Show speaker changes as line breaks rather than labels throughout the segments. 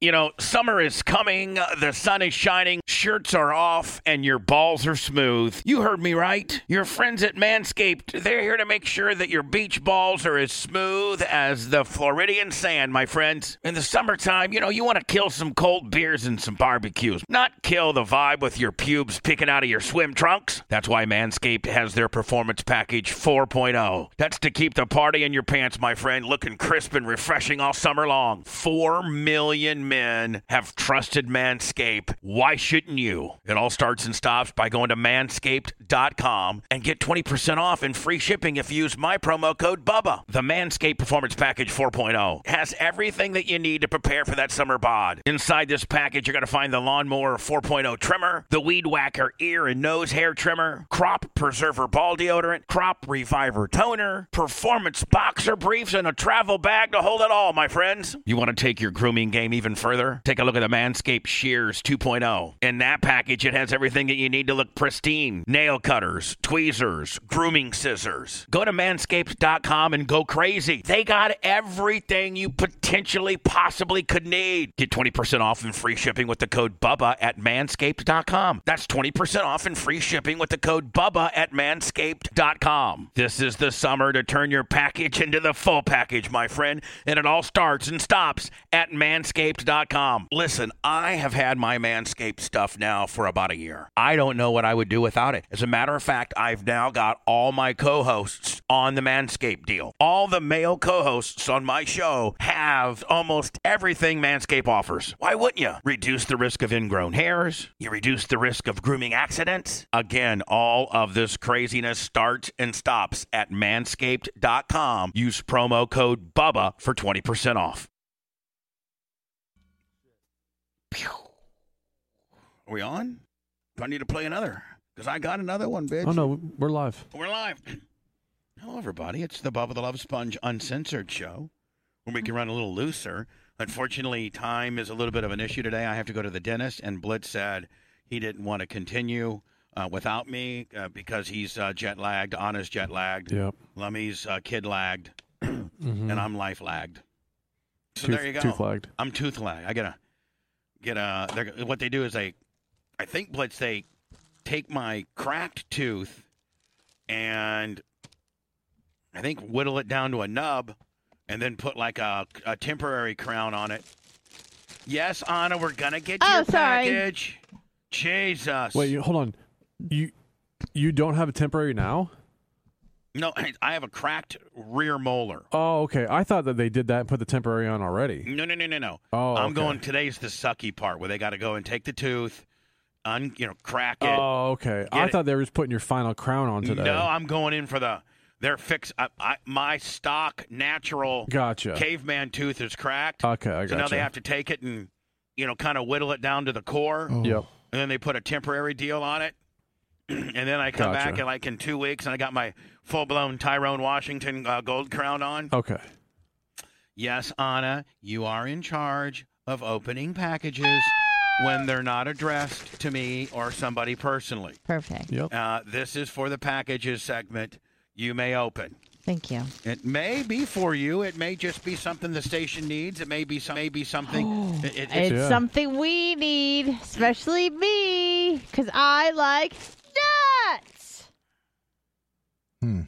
You know, summer is coming, the sun is shining, shirts are off, and your balls are smooth. You heard me right. Your friends at Manscaped, they're here to make sure that your beach balls are as smooth as the Floridian sand, my friends. In the summertime, you know, you want to kill some cold beers and some barbecues, not kill the vibe with your pubes picking out of your swim trunks. That's why Manscaped has their Performance Package 4.0. That's to keep the party in your pants, my friend, looking crisp and refreshing all summer long. 4 million men have trusted Manscaped. Why shouldn't you? It all starts and stops by going to manscaped.com and get 20% off and free shipping if you use my promo code BUBBA. The Manscaped Performance Package 4.0 has everything that you need to prepare for that summer bod. Inside this package, you're going to find the Lawnmower 4.0 trimmer, the Weed Whacker ear and nose hair trimmer, Crop Preserver ball deodorant, Crop Reviver toner, Performance boxer briefs, and a travel bag to hold it all, my friends. You want to take your grooming game even further? Take a look at the Manscaped Shears 2.0. In that package, it has everything that you need to look pristine nail cutters, tweezers, grooming scissors. Go to manscaped.com and go crazy. They got everything you potentially possibly could need. Get 20% off and free shipping with the code BUBBA at manscaped.com. That's 20% off and free shipping with the code BUBBA at manscaped.com. This is the summer to turn your package into the full package, my friend, and it all starts and stops at manscaped.com. Listen, I have had my Manscaped stuff now for about a year. I don't know what I would do without it. As a matter of fact, I've now got all my co hosts on the Manscaped deal. All the male co hosts on my show have almost everything Manscaped offers. Why wouldn't you? Reduce the risk of ingrown hairs, you reduce the risk of grooming accidents. Again, all of this craziness starts and stops at manscaped.com. Use promo code BUBBA for 20% off. Pew. Are we on? Do I need to play another? Because I got another one, bitch.
Oh no, we're live.
We're live. Hello, everybody. It's the Bubba the Love Sponge Uncensored show where we can run a little looser. Unfortunately, time is a little bit of an issue today. I have to go to the dentist, and Blitz said he didn't want to continue uh, without me uh, because he's uh, jet lagged, honest jet lagged.
Yep.
Lummy's uh, kid lagged,
Mm-hmm.
and I'm life lagged. So
Tooth-
there you go.
tooth lagged.
I'm tooth lag. I gotta get a. They're, what they do is they, I think Blitz they take my cracked tooth, and I think whittle it down to a nub, and then put like a, a temporary crown on it. Yes, Anna, we're gonna get
Oh,
your
sorry.
package. Jesus.
Wait, you, hold on. You you don't have a temporary now?
no, I- I have a cracked rear molar.
Oh, okay. I thought that they did that and put the temporary on already.
No, no, no, no, no.
Oh,
I'm
okay.
going. Today's the sucky part where they got to go and take the tooth, un, you know, crack it.
Oh, okay. I
it.
thought they were just putting your final crown on today.
no, I'm going in for the. They're fix. I, I, my stock natural
Gotcha.
caveman tooth is cracked.
Okay, I
so now
gotcha.
they have to take it and, you know, kind of whittle it down to the core,
Yep.
and then they put a temporary deal on it. and then I come back
Gotcha.
and like in two weeks, and I got my full blown Tyrone Washington uh, gold crown on.
Okay.
Yes, Anna, you are in charge of opening packages when they're not addressed to me or somebody personally.
Perfect.
Yep.
Uh, this is for the packages segment. You may open.
Thank you.
It may be for you. It may just be something the station needs. It may be some. May be something. it, it-
Oh. It's
it's-
Yeah.
something we need, especially me, because I like nuts.
Hmm.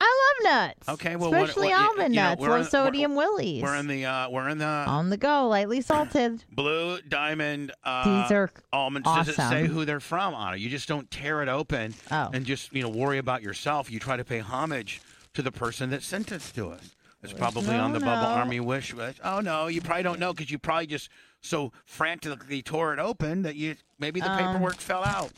I love nuts.
Okay, well, what-
especially
what- you-
almond
you know,
nuts,
we're
low
on- we're-
sodium willies.
We're in the uh, we're in the
on the go, lightly salted.
blue diamond uh,
These are
almonds. Does it say
awesome.
who they're from, Anna? You just don't tear it open
Oh.
and just you know worry about yourself. You try to pay homage to the person that sent it to us. It's probably on the
no,
Bubble
no.
Army wish list. Oh no, you probably don't know because you probably just so frantically tore it open that you maybe the
Um,
paperwork fell out.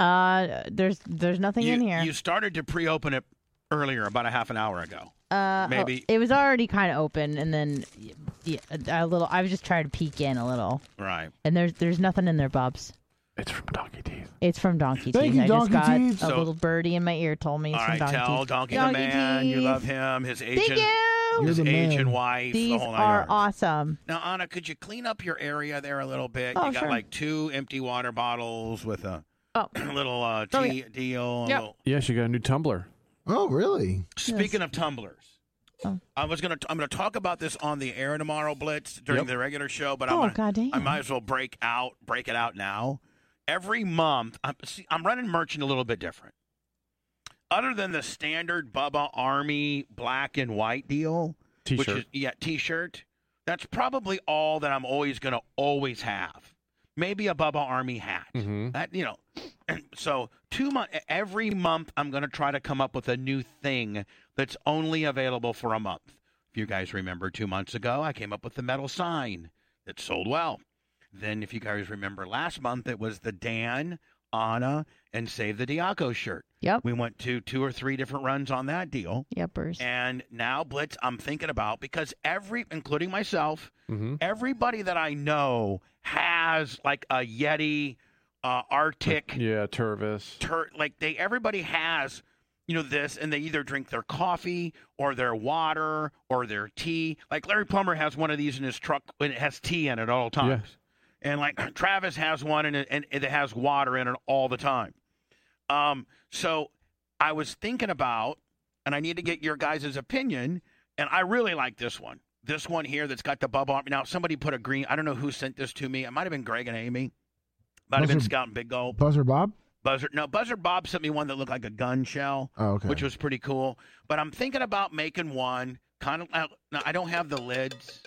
uh, there's there's nothing
You,
in here.
you started to pre-open it earlier, about a half an hour ago.
uh, oh,
maybe-
it was already kind of open, and then yeah, a little. I was just trying to peek in a little,
Right.
and there's there's nothing in there, Bobs.
It's from Donkey Teeth.
It's from Donkey
Thank
Teeth.
you,
I
Donkey
just got
Teeth.
a
So-
little birdie in my ear told me it's
All
from
right.
Donkey
Tell
Teeth.
Donkey,
Donkey
the man you
Teeth.
love him, his agent,
Thank you.
You're
his
the man.
agent wife. the
These
whole nine
are
yards.
awesome.
Now, Anna, could you clean up your area there a little bit?
Oh,
you got
sure.
like two empty water bottles with a
Oh.
little uh, tea
Oh,
deal. a
Yep.
little-
Yeah, she got a new tumbler.
Oh, really?
Speaking of tumblers,
Oh.
I was gonna I'm gonna talk about this on the air tomorrow, Blitz, during
Yep.
the regular show. But
Oh,
I'm gonna,
goddamn.
I might as well break out, break it out now. Every month, I'm see, I'm running merchant a little bit different. Other than the standard Bubba Army black and white deal,
T-shirt.
Which is, yeah, T-shirt. That's probably all that I'm always going to always have. Maybe a Bubba Army hat.
Mhm.
That you know. so two month every month I'm going to try to come up with a new thing that's only available for a month. If you guys remember, two months ago I came up with the metal sign that sold well. Then, if you guys remember, last month it was the Dan, Anna, and Save the Diaco shirt.
Yep.
We went to two or three different runs on that deal.
Yuppers.
And now, Blitz, I'm thinking about because every, including myself,
Mm-hmm.
everybody that I know has like a Yeti, uh, Arctic,
Yeah, Turvis.
tur- like they, everybody has, you know, this, and they either drink their coffee or their water or their tea. Like Larry Plummer has one of these in his truck, and it has tea in it at all times. And like Travis has one, and it, and it has water in it all the time. Um, so I was thinking about, and I need to get your guys' opinion. And I really like this one. This one here that's got the bubble arm. Now somebody put a green. I don't know who sent this to me. It might have been Greg and Amy. Might have been
Those are-
Scout and Big Gulp.
Buzzer Bob?
Buzzard. No, Buzzard Bob sent me one that looked like a gun shell,
Oh, okay.
which was pretty cool. But I'm thinking about making one kind of. Uh, no, I don't have the lids.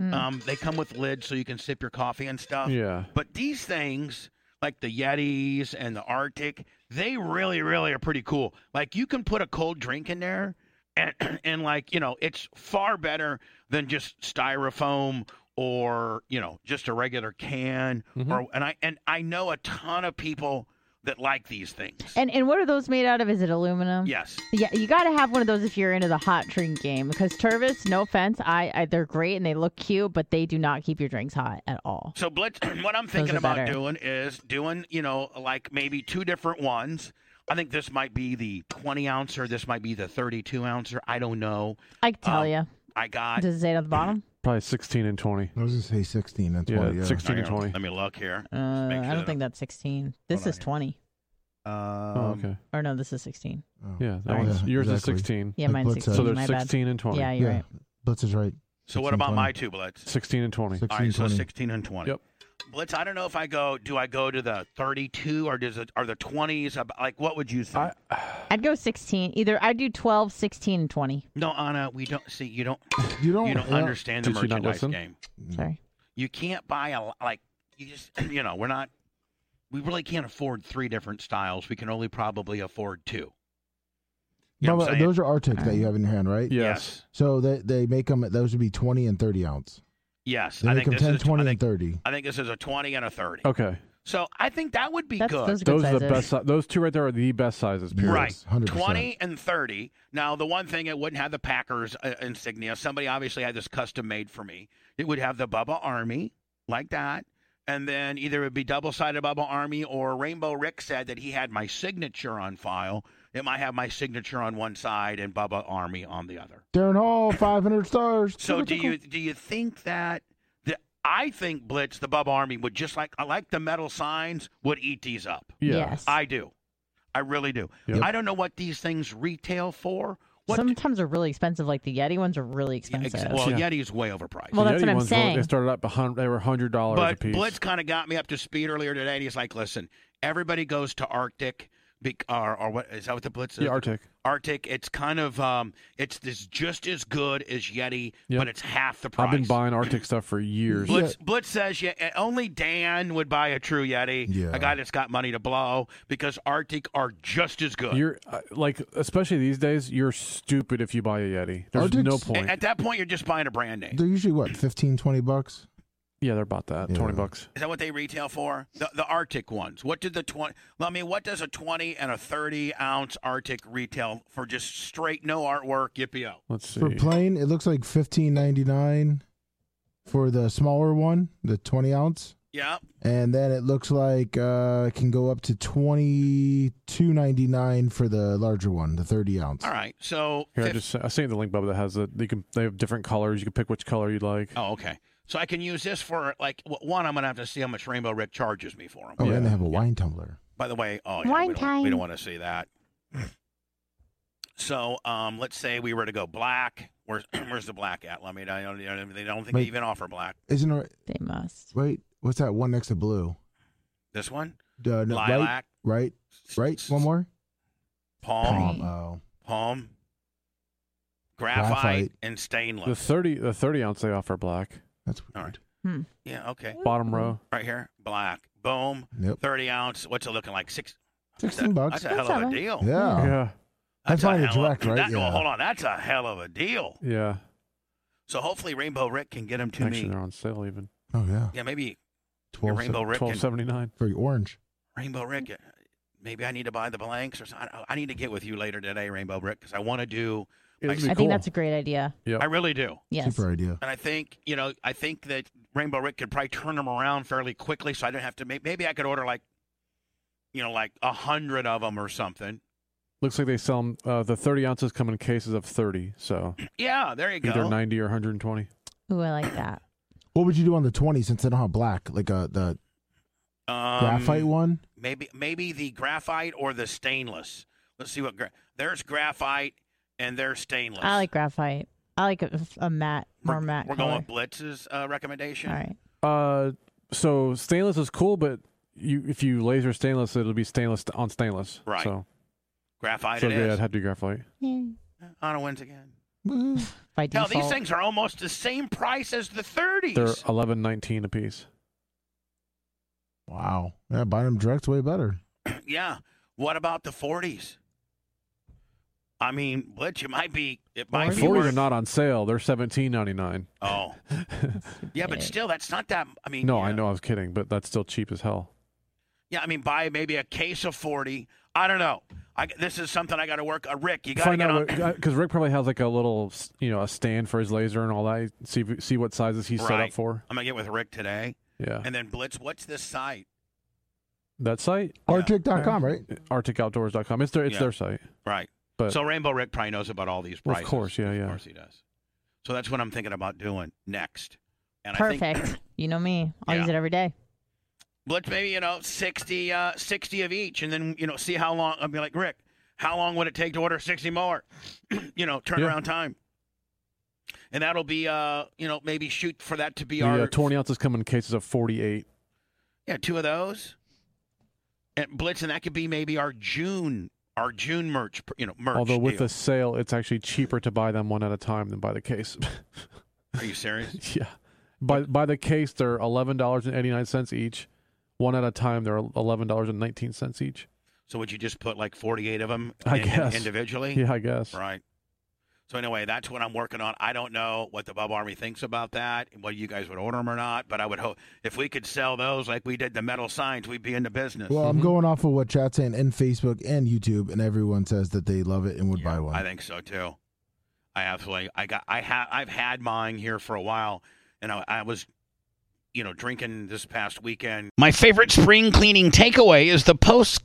Mm.
Um, they come with lids so you can sip your coffee and stuff.
Yeah.
But these things, like the Yetis and the Arctic, they really, really are pretty cool. Like you can put a cold drink in there, and and like you know, it's far better than just styrofoam or you know just a regular can.
Mm-hmm.
Mhm.
Or and I and I know a ton of people that like these things.
And and what are those made out of? Is it aluminum?
yes,
Yeah, you got to have one of those if you're into the hot drink game. Because Turvis, no offense, I, I they're great and they look cute, but they do not keep your drinks hot at all.
So Blitz, what I'm thinking
are
about
better.
doing is doing, you know, like maybe two different ones. I think this might be the 20 ouncer. This might be the 32 ouncer. I don't know.
I can tell
Um,
you.
I got.
Does it say it on the bottom?
Probably 16 and 20.
I was going to say 16 and
Yeah,
20. Yeah,
16
Hang
and
on,
20.
Let me look here.
Uh,
make
I
sure
don't think that's 16. This
Hold
is
on here.
20.
Um,
oh, okay.
Or no, this is 16.
Oh.
Yeah, that
All right.
one's, yours
exactly.
is 16.
Yeah,
Like,
mine's
what's, uh,
16.
So there's
my
16 and
bad.
20.
Yeah, you're
Yeah.
right.
Blitz is right.
So what
16,
about
20.
my two Blitz?
16 and 20.
16,
All right, so
20.
16 and 20.
Yep.
Blitz, I don't know if I go. Do I go to the 32 or does it are the 20s? ab- Like, what would you think?
I,
I'd go 16. Either I'd do 12, 16, and 20.
no, Anna, we don't see. You don't.
You don't, uh,
You don't
Oh, yeah.
understand the
Did she not
merchandise
listen?
game.
Sorry.
you can't buy a lo- like you just you know we're not we really can't afford three different styles we can only probably afford two you know what I'm
Bubba,
saying?
those are Arctic that you have in your hand, right?
yes.
So they, they make them, those would be 20 and 30 ounce.
yes
They
i
make
think
them
this
10,
is
20,
I
and
think,
30.
I think this is a 20 and a 30
Okay.
so i think that would be
That's,
good
those are good
Those
sizes.
are the best. si- Those two right there are the best sizes. Period.
Right,
Yes, 100%.
twenty and thirty. Now, the one thing it wouldn't have the Packers uh, insignia. Somebody obviously had this custom made for me. It would have the Bubba Army like that, and then either it would be double sided Bubba Army or Rainbow Rick said that he had my signature on file. It might have my signature on one side and Bubba Army on the other.
Darren Hall, 500 stars.
So, do you do you think that the I think Blitz the Bubba Army would just like I like the metal signs would eat these up.
Yeah.
Yes.
I do. I really do.
Yep.
I don't know what these things retail for. What
Sometimes they're really expensive. Like the Yeti ones are really
ex-
expensive.
well,
Yeah.
Yeti's way overpriced.
Well,
The
that's
Yeti
what I'm
ones, though, They
saying.
started up. a hun- They were hundred dollars a
but
piece.
Blitz kind of got me up to speed earlier today, and he's like, "Listen, everybody goes to Arctic Bec- or, or what is that? What the Blitz is?
Yeah, Arctic.
Arctic. It's kind of um, it's this just as good as Yeti,
Yep.
but it's half the price.
I've been buying Arctic stuff for years.
Yeah.
Blitz, Blitz says yeah, and only Dan would buy a true Yeti,
Yeah.
a guy that's got money to blow, because Arctic are just as good.
You're uh, like, especially these days, you're stupid if you buy a Yeti. There's
Arctic's-
no
A-
point.
At that point, you're just buying a brand name.
They're usually what 15, 20 bucks.
yeah, they're about that.
Yeah.
Twenty bucks.
Is that what they retail for? The, the Arctic ones. What did the twenty? I mean, what does a twenty and a thirty ounce Arctic retail for? Just straight no artwork, yippee oh.
Let's see.
For plain, it looks like fifteen ninety nine for the smaller one, the twenty ounce,
Yeah,
and then it looks like uh, it can go up to twenty two ninety nine for the larger one, the thirty ounce.
all right. So
Here, I
fif-
just I sent you the link, Bubba, that has the you can they have different colors. You can pick which color you'd like.
oh okay. So I can use this for like w- one. I'm gonna have to see how much Rainbow Rick charges me for them.
Oh,
Yeah.
and they have a wine tumbler.
By the way, oh yeah,
Wine
we, don't, we
time.
don't want to see that. So um, let's say we were to go black. Where's where's the black at? Let me. I don't. I don't- They don't think they
Wait.
even offer black.
Isn't there?
They must.
Wait, what's that one next to blue?
This one,
Uh, no, right,
lilac,
right, right. One more.
palm,
Palm. Oh,
palm, graphite,
Graphite.
and
The
stainless.
thirty the thirty ounce they offer black.
that's
All
weird.
right. yeah, okay.
Bottom row.
Right here, black. Boom.
Yep,
30 ounce. What's it looking like? Six.
sixteen
That's
bucks.
a
Yeah,
hell
That's
of a
all right.
deal.
yeah.
Uh-huh.
Yeah.
That's
I
a
find it
hell of-
direct, right?
that-
Yeah.
Well, hold on. That's a hell of a deal.
Yeah.
So hopefully Rainbow Rick can get them to
Actually
me.
they're on sale even.
Oh yeah,
Yeah, maybe
twelve
Rainbow Rick
Twelve
and
seventy nine.
for your orange.
Rainbow Rick. uh, Maybe I need to buy the blanks or something. I, I need to get with you later today, Rainbow Rick, because I want to do. I
I think that's a great idea.
Yep.
I really do.
Yes.
Super idea.
And I think, you know, I think that Rainbow Rick could probably turn them around fairly quickly. So I don't have to, maybe, maybe I could order like, you know, like a hundred of them or something.
Looks like they sell 'em, uh, the thirty ounces come in cases of thirty, so
Yeah, there you
either
go.
ninety or hundred and twenty.
Ooh, I like that.
What would you do on the twenty since they don't have black, like uh, the
Um,
graphite one?
Maybe, maybe the graphite or the stainless. Let's see what, gra- there's graphite and there's stainless.
I like graphite. I like a, a matte, more
we're,
matte
We're
color.
going with Blitz's uh, recommendation.
All right.
Uh so stainless is cool, but you if you laser stainless it'll be stainless on stainless.
Right.
So,
Graphite
so
it
yeah, it'd
is.
have to be graphite.
Yeah.
Anna wins again.
Woo.
By
Hell,
default.
these things are almost the same price as the 30s.
They're eleven nineteen a piece.
Wow. Yeah, buying them direct's way better.
Yeah. What about the forties? I mean, Blitz, you might be. It might be.
Forties are
Worth,
not on sale. They're seventeen ninety nine.
oh, yeah, but still, that's not that. I mean,
No,
yeah.
I know I was kidding, but that's still cheap as hell.
Yeah, I mean, buy maybe a case of forty. I don't know. I, this is something I got to work. Uh, Rick, you got to
Find
get on.
out because Rick probably has like a little, s- you know, a stand for his laser and all that. See if- see what sizes he's set
Right.
up for.
I'm gonna get with Rick today,
Yeah,
and then Blitz. What's this site?
that site
Arctic.com, right?
ArcticOutdoors.com. It's their it's
Yeah.
their site.
Right.
But-
so Rainbow Rick probably knows about all these prices.
Uh, Of course, yeah,
of
yeah.
course he does. So that's what I'm thinking about doing next. And I think
Perfect. you know me. I'll use
Yeah.
it every day.
let's maybe you know 60 uh 60 of each and then you know see how long i'll be like rick how long would it take to order 60 more you know turnaround time and that'll be uh you know maybe shoot for that to be
The,
our
uh, Twenty ounces come in cases of forty eight.
yeah two of those and blitz and that could be maybe our june our june merch you know merch
Although with
deal.
the sale, it's actually cheaper to buy them one at a time than by the case.
are you serious
yeah, by by the case they're eleven dollars and eighty nine cents each. One at a time, they're eleven dollars and nineteen cents each.
so would you just put like 48 of them
I guess.
individually
Yeah, I guess.
Right. So anyway, that's what I'm working on. I don't know what the Bub Army thinks about that and whether you guys would order them or not, but I would hope if we could sell those like we did the metal signs, we'd be into business.
Well,
Mhm.
I'm going off of what chat's saying in Facebook and YouTube, and everyone says that they love it and would buy one.
I think so too. I absolutely. I got. I have. I've had mine here for a while, and I, I was, you know, drinking this past weekend. My favorite spring cleaning takeaway is the post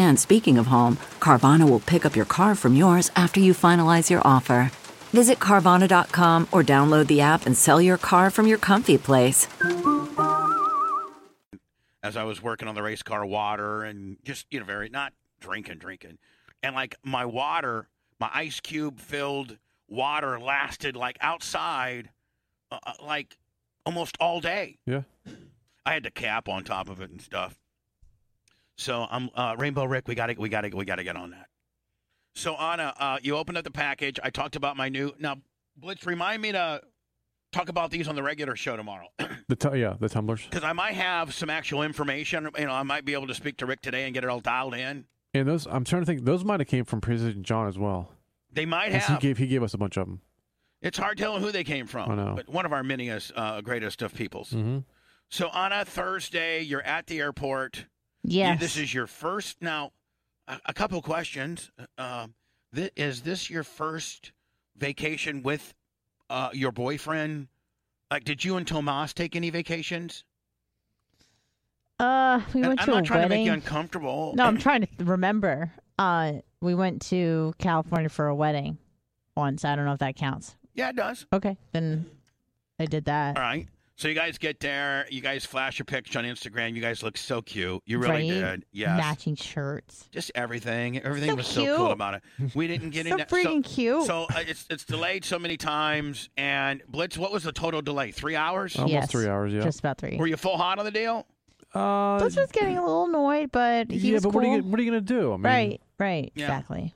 And speaking of home, Carvana will pick up your car from yours after you finalize your offer. Visit Carvana.com or download the app and sell your car from your comfy place.
as I was working on the race car water and just you know very not drinking drinking and like my water my ice cube filled water lasted like outside uh, uh, like almost all day
Yeah.
I had the cap on top of it and stuff so I'm uh, Rainbow Rick we got to we got to we got to get on that so Anna uh, you opened up the package I talked about my new now Blitz remind me to talk about these on the regular show tomorrow
The tu- yeah, the tumblers.
because I might have some actual information. You know, I might be able to speak to Rick today and get it all dialed in.
And those I'm trying to think those might have came from Precision John as well.
They might
'Cause He
have.
gave he gave us a bunch of them.
it's hard telling who they came from.
I know.
But one of our many uh, greatest of peoples.
Mm-hmm.
So on a Thursday, you're at the airport. You-
Yes.
this is your first. Now, a, a couple questions. Um, thi- is this your first vacation with uh, your boyfriend? Like, did you and Tomas take any vacations?
uh, we
And
went
I'm
to
not trying
a
to
wedding.
make you uncomfortable.
no, I'm trying to th- remember. Uh, we went to California for a wedding once. I don't know if that counts.
yeah, it does.
Okay, then I did that.
All right. So you guys get there. You guys flash a picture on Instagram. You guys look so cute. You really
Right?
did. Yes.
Matching shirts.
Just everything. Everything
So
was so cool
cute.
about it. We didn't get
so
in.
freaking cute.
So uh, it's it's delayed so many times. And Blitz, what was the total delay? Three hours.
Almost
Yes.
three hours. Yeah.
Just about three.
Were you full hot on the deal?
uh,
Blitz was getting a little annoyed, but he
yeah,
was
but
cool.
what are you what are you gonna do? I mean,
right, right,
Yeah.
exactly.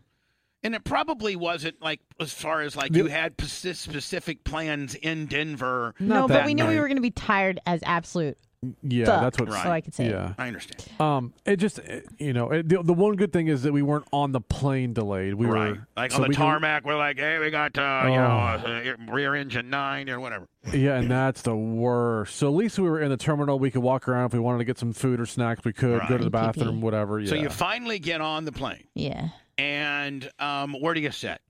And it probably wasn't like as far as like
The-
you had pers- specific plans in Denver.
Not
no,
that
but we knew we
night.
were going to be tired as absolute.
Yeah,
fuck,
that's what.
Right.
So I could say. it.
Yeah.
I understand.
Um. It just it- you know it, the the one good thing is that we weren't on the plane delayed. We
right.
were
Like
so
on
we Oh.
the
can-
tarmac, we're like, hey, we got uh, you know uh, rear engine nine or whatever.
Yeah, and that's the worst. So at least we were in the terminal. We could walk around if we wanted to get some food or snacks. We could go
Right.
to the bathroom,
PPP.
whatever. Yeah.
So you finally get on the plane.
Yeah.
And um, where do you sit?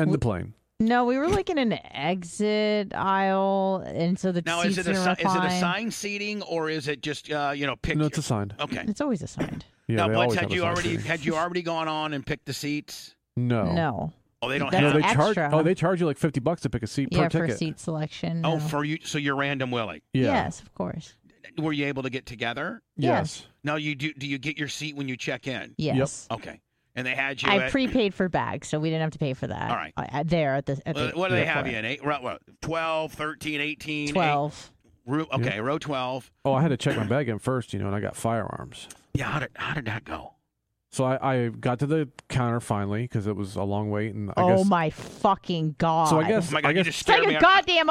and the plane.
No, we were like in an exit aisle, and so the
Now, is
seats
it a
didn't
si- is it
recline.
assigned seating or is it just uh, you know pick?
No,
your-
it's assigned.
okay.
It's always assigned.
Yeah.
now,
they
Blitz,
always
had
have
you
assigned
already
seating.
had you already gone on and picked the seats?
No.
No.
Oh, they don't
That's
No,
have.
they
Extra.
charge. Oh, they charge you like fifty bucks to pick a seat
yeah,
per ticket.
for seat selection.
Oh,
no.
for you. So you're random willing.
Yeah.
Yes, of course.
Were you able to get together?
Yes.
No, you do. Do you get your seat when you check in?
Yes.
Okay. And they had you.
I
at,
prepaid for bags, so we didn't have to pay for that.
All right.
uh, There at the. At
uh,
the
what do they have you
airport.
in? Eight, right, what, 12, 13, 18, eight-
Twelve.
Room. Okay, row twelve.
Oh, I had to check my bag in first, you know, and I got firearms.
Yeah. How did how did that go?
So I, I got to the counter finally because it was a long wait, and I
oh
guess
my fucking god!
so. I guess
Oh my god,
I
you
guess
just
it's
scared
like
me.
a
I-
goddamn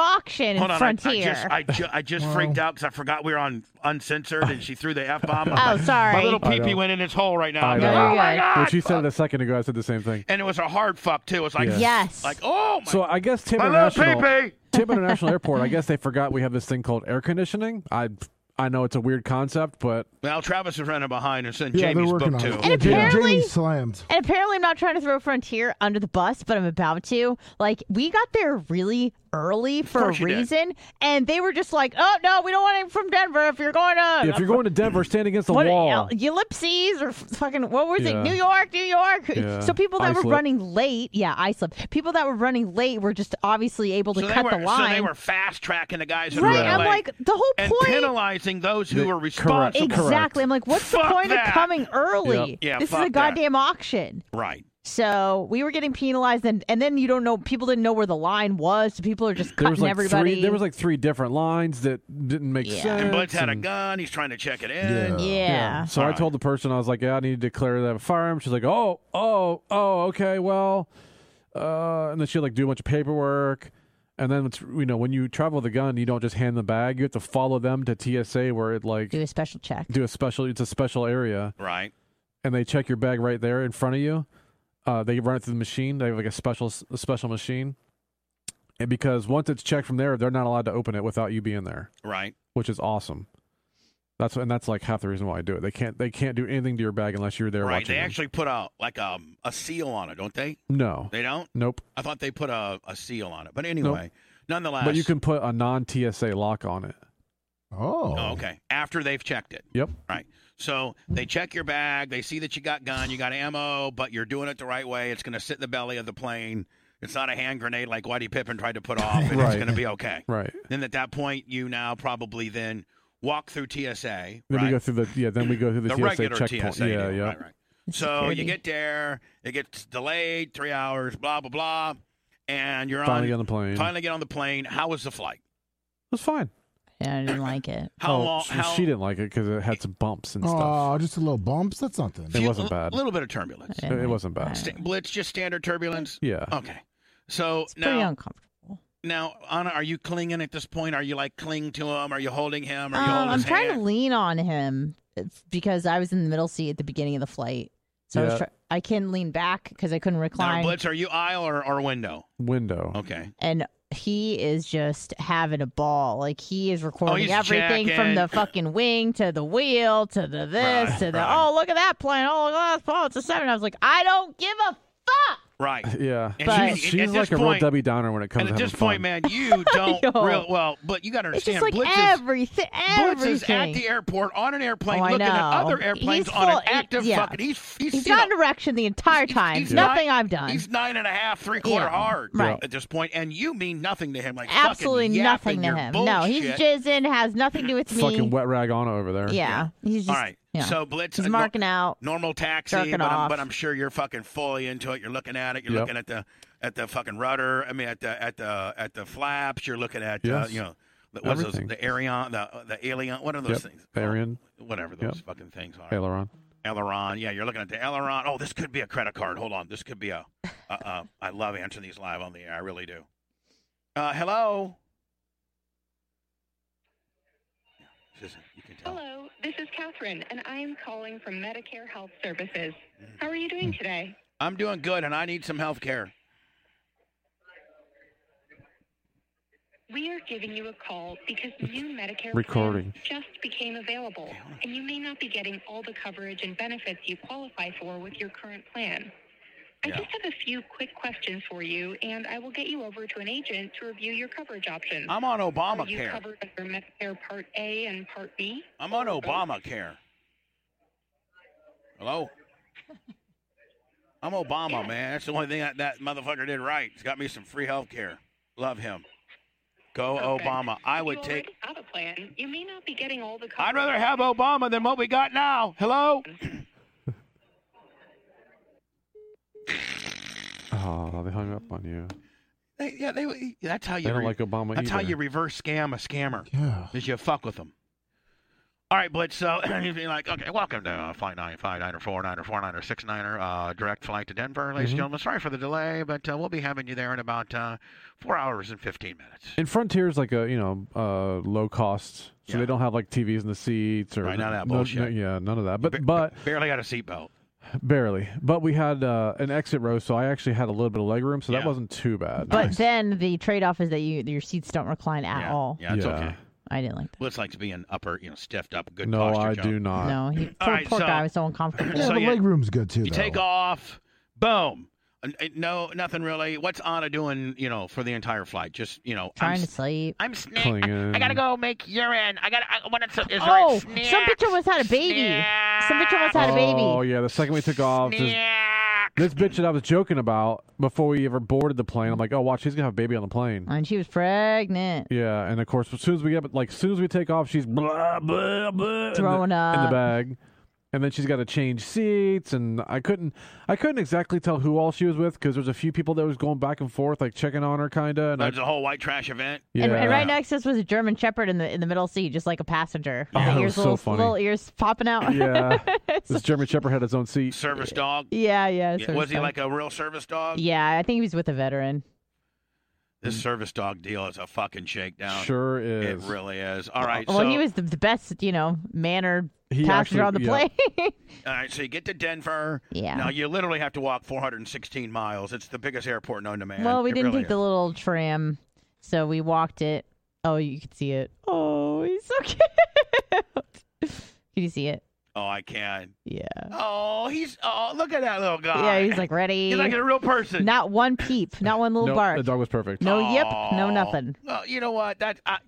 Hold
auction in
on, I, I
Frontier.
just I, ju- I just
Wow.
freaked out because I forgot we were on uncensored and she threw the f bomb.
oh, sorry.
My little
I
pee pee
know.
went in its hole right now.
I
I'm
know.
like,
There
oh
you
my
go.
god!
What you said a second ago, I said the same thing.
and it was a hard fuck too. It was like
Yeah.
yes.
like oh my,
So I guess Tim
my little
International,
pee pee.
Tim International Airport. I guess they forgot we have this thing called air conditioning. I I know it's a weird concept, but
Well, Travis is running behind us and
Yeah,
Jamie's
they're working
book
on
too.
And
it. Yeah, Jamie-
apparently-
Jamie's slammed.
And apparently, I'm not trying to throw Frontier under the bus, but I'm about to. Like, we got there really early for a
course you did.
reason, and they were just like, "Oh no, we don't want anyone from Denver. If you're going to,
if you're going to Denver, stand against the
what,
wall.
El- Ellipses or f- fucking what was
Yeah.
it? New York, New York."
Yeah.
So people that
I
were
slip.
running late, yeah, I slipped. People that were running late were just obviously able to
So they,
cut
were,
the line.
so they were fast tracking the guys. that
right?
were
I'm
late
like, the whole
and
point.
penalizing those who
The-
were
correct.
responsible.
Ex-
exactly. I'm like, what's
Fuck
the point
that.
of coming early?
Yep.
Yeah,
this is
fuck
a
that.
goddamn auction.
Right.
So we were getting penalized, and, and then you don't know. People didn't know where the line was, so people are
There
just cutting
was like
everybody.
three. There was like three different lines that didn't make
Yeah.
sense.
And Blitz had a
and-
gun. He's trying to check it in.
Yeah.
yeah.
So I
Alright.
told the person I was like, "Yeah, I need to declare that I have a firearm." She's like, "Oh, oh, oh, okay, well," uh, and then she had, like do a bunch of paperwork, and then it's, you know when you travel with a gun, you don't just hand the bag; you have to follow them to TSA where it like
Do a special check.
do a special. It's a special area,
Right.
and they check your bag right there in front of you. Uh, they run it through the machine. They have like a special a special machine, and because once it's checked from there, they're not allowed to open it without you being there
Right.
which is awesome. That's and that's like half the reason why I do it. They can't they can't do anything to your bag unless you're there
Right.
watching.
They
them.
actually put a like um, a seal on it, don't they?
no,
They don't.
nope.
I thought they put a, a seal on it. But anyway, nonetheless.
But you can put a non TSA lock on it.
Oh.
Oh, okay. After they've checked it.
Yep.
Right. So they check your bag. They see that you got gun, you got ammo, but you're doing it the right way. It's going to sit in the belly of the plane. It's not a hand grenade like Whitey Pippen tried to put off, and it's
Right.
going to be okay.
Right.
Then at that point, you now probably then walk through TSA.
Then we
right?
go through the yeah. Then we go through the,
the
TSA
regular
checkpoint.
TSA.
yeah,
deal.
yeah.
Right, right.
The
So
security.
you get there, it gets delayed three hours, blah blah blah, and you're
Finally
on,
on the plane.
finally get on the plane. How was the flight?
It was fine.
Yeah, I didn't like it.
How
oh,
long?
She,
How,
she didn't like it because it had some bumps and stuff.
Oh, just a little bumps. That's nothing.
It wasn't bad.
A little bit of turbulence.
Yeah.
It, it wasn't bad.
Alright.
Sta- Blitz, just standard turbulence.
Yeah.
Okay. So
It's pretty
now,
uncomfortable.
now, Anna, are you clinging at this point? Are you like cling to him? Are you holding him? Are you
Um,
holding
I'm
his
trying
hand?
to lean on him it's because I was in the middle seat at the beginning of the flight, so I, was
Yeah.
try- I can lean back because I couldn't
now,
recline.
Blitz, are you aisle or, or window?
Window.
Okay.
and he is just having a ball. Like he is recording
Oh, he's
everything
jacking.
from the fucking wing to the wheel to the this
Right,
to the
right.
oh look at that plane oh look at that ball it's a seven. I was like I don't give a fuck.
Right.
Yeah.
And
But-
she's- at
she's she's
this
like a real
point-
Debbie Downer when it comes
And at
to
this
having
point,
fun.
man, you don't
Yo.
real well, but you got to
It's
understand
just like
Blitz is,
everything.
Blitz is
Everything.
at the airport on an airplane
Oh, I
looking at
know.
other airplanes
He's
on an
full- he-
active
yeah.
fucking. He's he's,
He's
you
got
know,
direction the entire time.
he's
Nothing
nine-
I've done.
He's nine and a half, three quarter
Yeah,
hard
right.
at this point, and you mean nothing to him. Like fucking
Absolutely
yapping
nothing to
your
him.
Bullshit.
No, he's jizzing. Has nothing to do with me.
fucking wet rag on over there.
yeah. he's
all
just
right.
yeah.
So Blitz
he's
uh, no-
marking out.
normal taxi,
jerking
but I'm,
off.
but I'm sure you're fucking fully into it. You're looking at it. You're
Yep.
looking at the at the fucking rudder. I mean, at the at the at the flaps. You're looking at uh,
Yes.
you know. the- What's those,
Everything.
the Arion, the the Alien, what are those
Yep.
things?
Arian
whatever those
Yep.
fucking things are.
aileron.
Aileron. Yeah, you're looking at the aileron. Oh, this could be a credit card. Hold on. This could be a. Uh, uh, I love answering these live on the air. I really do. Uh, hello. Yeah, this isn't- you can tell.
Hello, this is Catherine, and I am calling from Medicare Health Services. How are you doing
Hmm.
today?
I'm doing good, and I need some health care.
We are giving you a call because new Medicare
Recording.
plans just became available, and you may not be getting all the coverage and benefits you qualify for with your current plan. I
Yeah.
just have a few quick questions for you, and I will get you over to an agent to review your coverage options.
I'm on
are you
Obamacare.
covered under Medicare Part A and Part B?
I'm on Obamacare. Hello. I'm Obama, man. That's the only thing that, that motherfucker did right. He's got me some free health care. Love him. Go
Perfect.
Oh, Obama. I
If
would
you
take.
already have a plan. You may not be getting all the coverage.
I'd rather have Obama than what we got now. Hello?
Oh, they hung up on you.
They, yeah, they, that's how
They
you.
don't
re-
like Obama
that's how
either.
you reverse scam a scammer.
Yeah.
Is you fuck with them. All right, Blitz. So you'd be like, okay, welcome to uh, Flight 959 or 49 or 49 or 69 er, uh, direct flight to Denver, ladies and
Mhm.
gentlemen. Sorry for the delay, but uh, we'll be having you there in about uh, four hours and 15 minutes.
And Frontier's like a you know uh, low cost, so
Yeah.
they don't have like TVs in the seats or
Right, none of that
no- no-
bullshit.
yeah, none of that. But
Ba-
but
barely got a seatbelt.
barely. But we had uh, an exit row, so I actually had a little bit of leg room, so
Yeah.
that wasn't too bad.
But then the trade-off is that you your seats don't recline at
yeah,
all.
Yeah, it's
Yeah.
okay.
I didn't like that.
Blitz likes being upper, you know, stiffed up, good
no,
posture.
I
John.
do not.
no, he,
All
poor,
right,
poor
so-
guy was so uncomfortable.
Yeah,
So
the
you-
leg room's good too.
You
though.
take off, boom. Uh, uh, No, nothing really. What's Anna doing, you know, for the entire flight? Just, you know,
Trying
I'm,
to sleep.
I'm snack. I,
Clinging.
I gotta go make urine. I gotta. I wanted some. Is there
Oh,
a
some
snack?
bitch almost had a baby. Some bitch almost had a
Oh
baby.
yeah, the second we took off, this,
Snack.
this bitch that I was joking about before we ever boarded the plane, I'm like, oh watch, she's gonna have a baby on the plane.
And she was pregnant.
Yeah, and of course, as soon as we get, like, as soon as we take off, she's blah blah blah, in the-
Thrown
in the
up.
bag, and then she's got to change seats, and I couldn't, I couldn't exactly tell who all she was with because there's a few people that was going back and forth, like checking on her, kinda, and I,
There's a whole white trash event.
yeah,
And, and right next to us was a German Shepherd in the in the middle seat, just like a passenger.
Oh,
The
that
ears,
was so
little,
funny.
little ears popping out.
yeah, this German Shepherd had his own seat.
Service dog.
yeah, yeah.
Yeah,
so
was he
sorry.
like a real service dog?
Yeah, I think he was with a veteran.
This service dog deal is a fucking shakedown.
Sure
It
is.
really is. All right.
well,
so,
he was the, the best, you know, mannered
He
passenger
actually-
on the
yeah.
plane.
All right. So you get to Denver.
Yeah.
Now you literally have to walk 416 miles. It's the biggest airport known to man.
well, we
It
didn't
really
take the
is.
little tram, so we walked it. Oh, you could see it. Oh, he's so cute. Can you see it?
Oh, I can.
Yeah.
Oh, he's. Oh, look at that little guy.
Yeah, he's like ready.
He's like a real person.
Not one peep, not one little
Nope,
bark.
the dog was perfect,
No yip, no
Aw.
nothing.
Well, you know what? That I,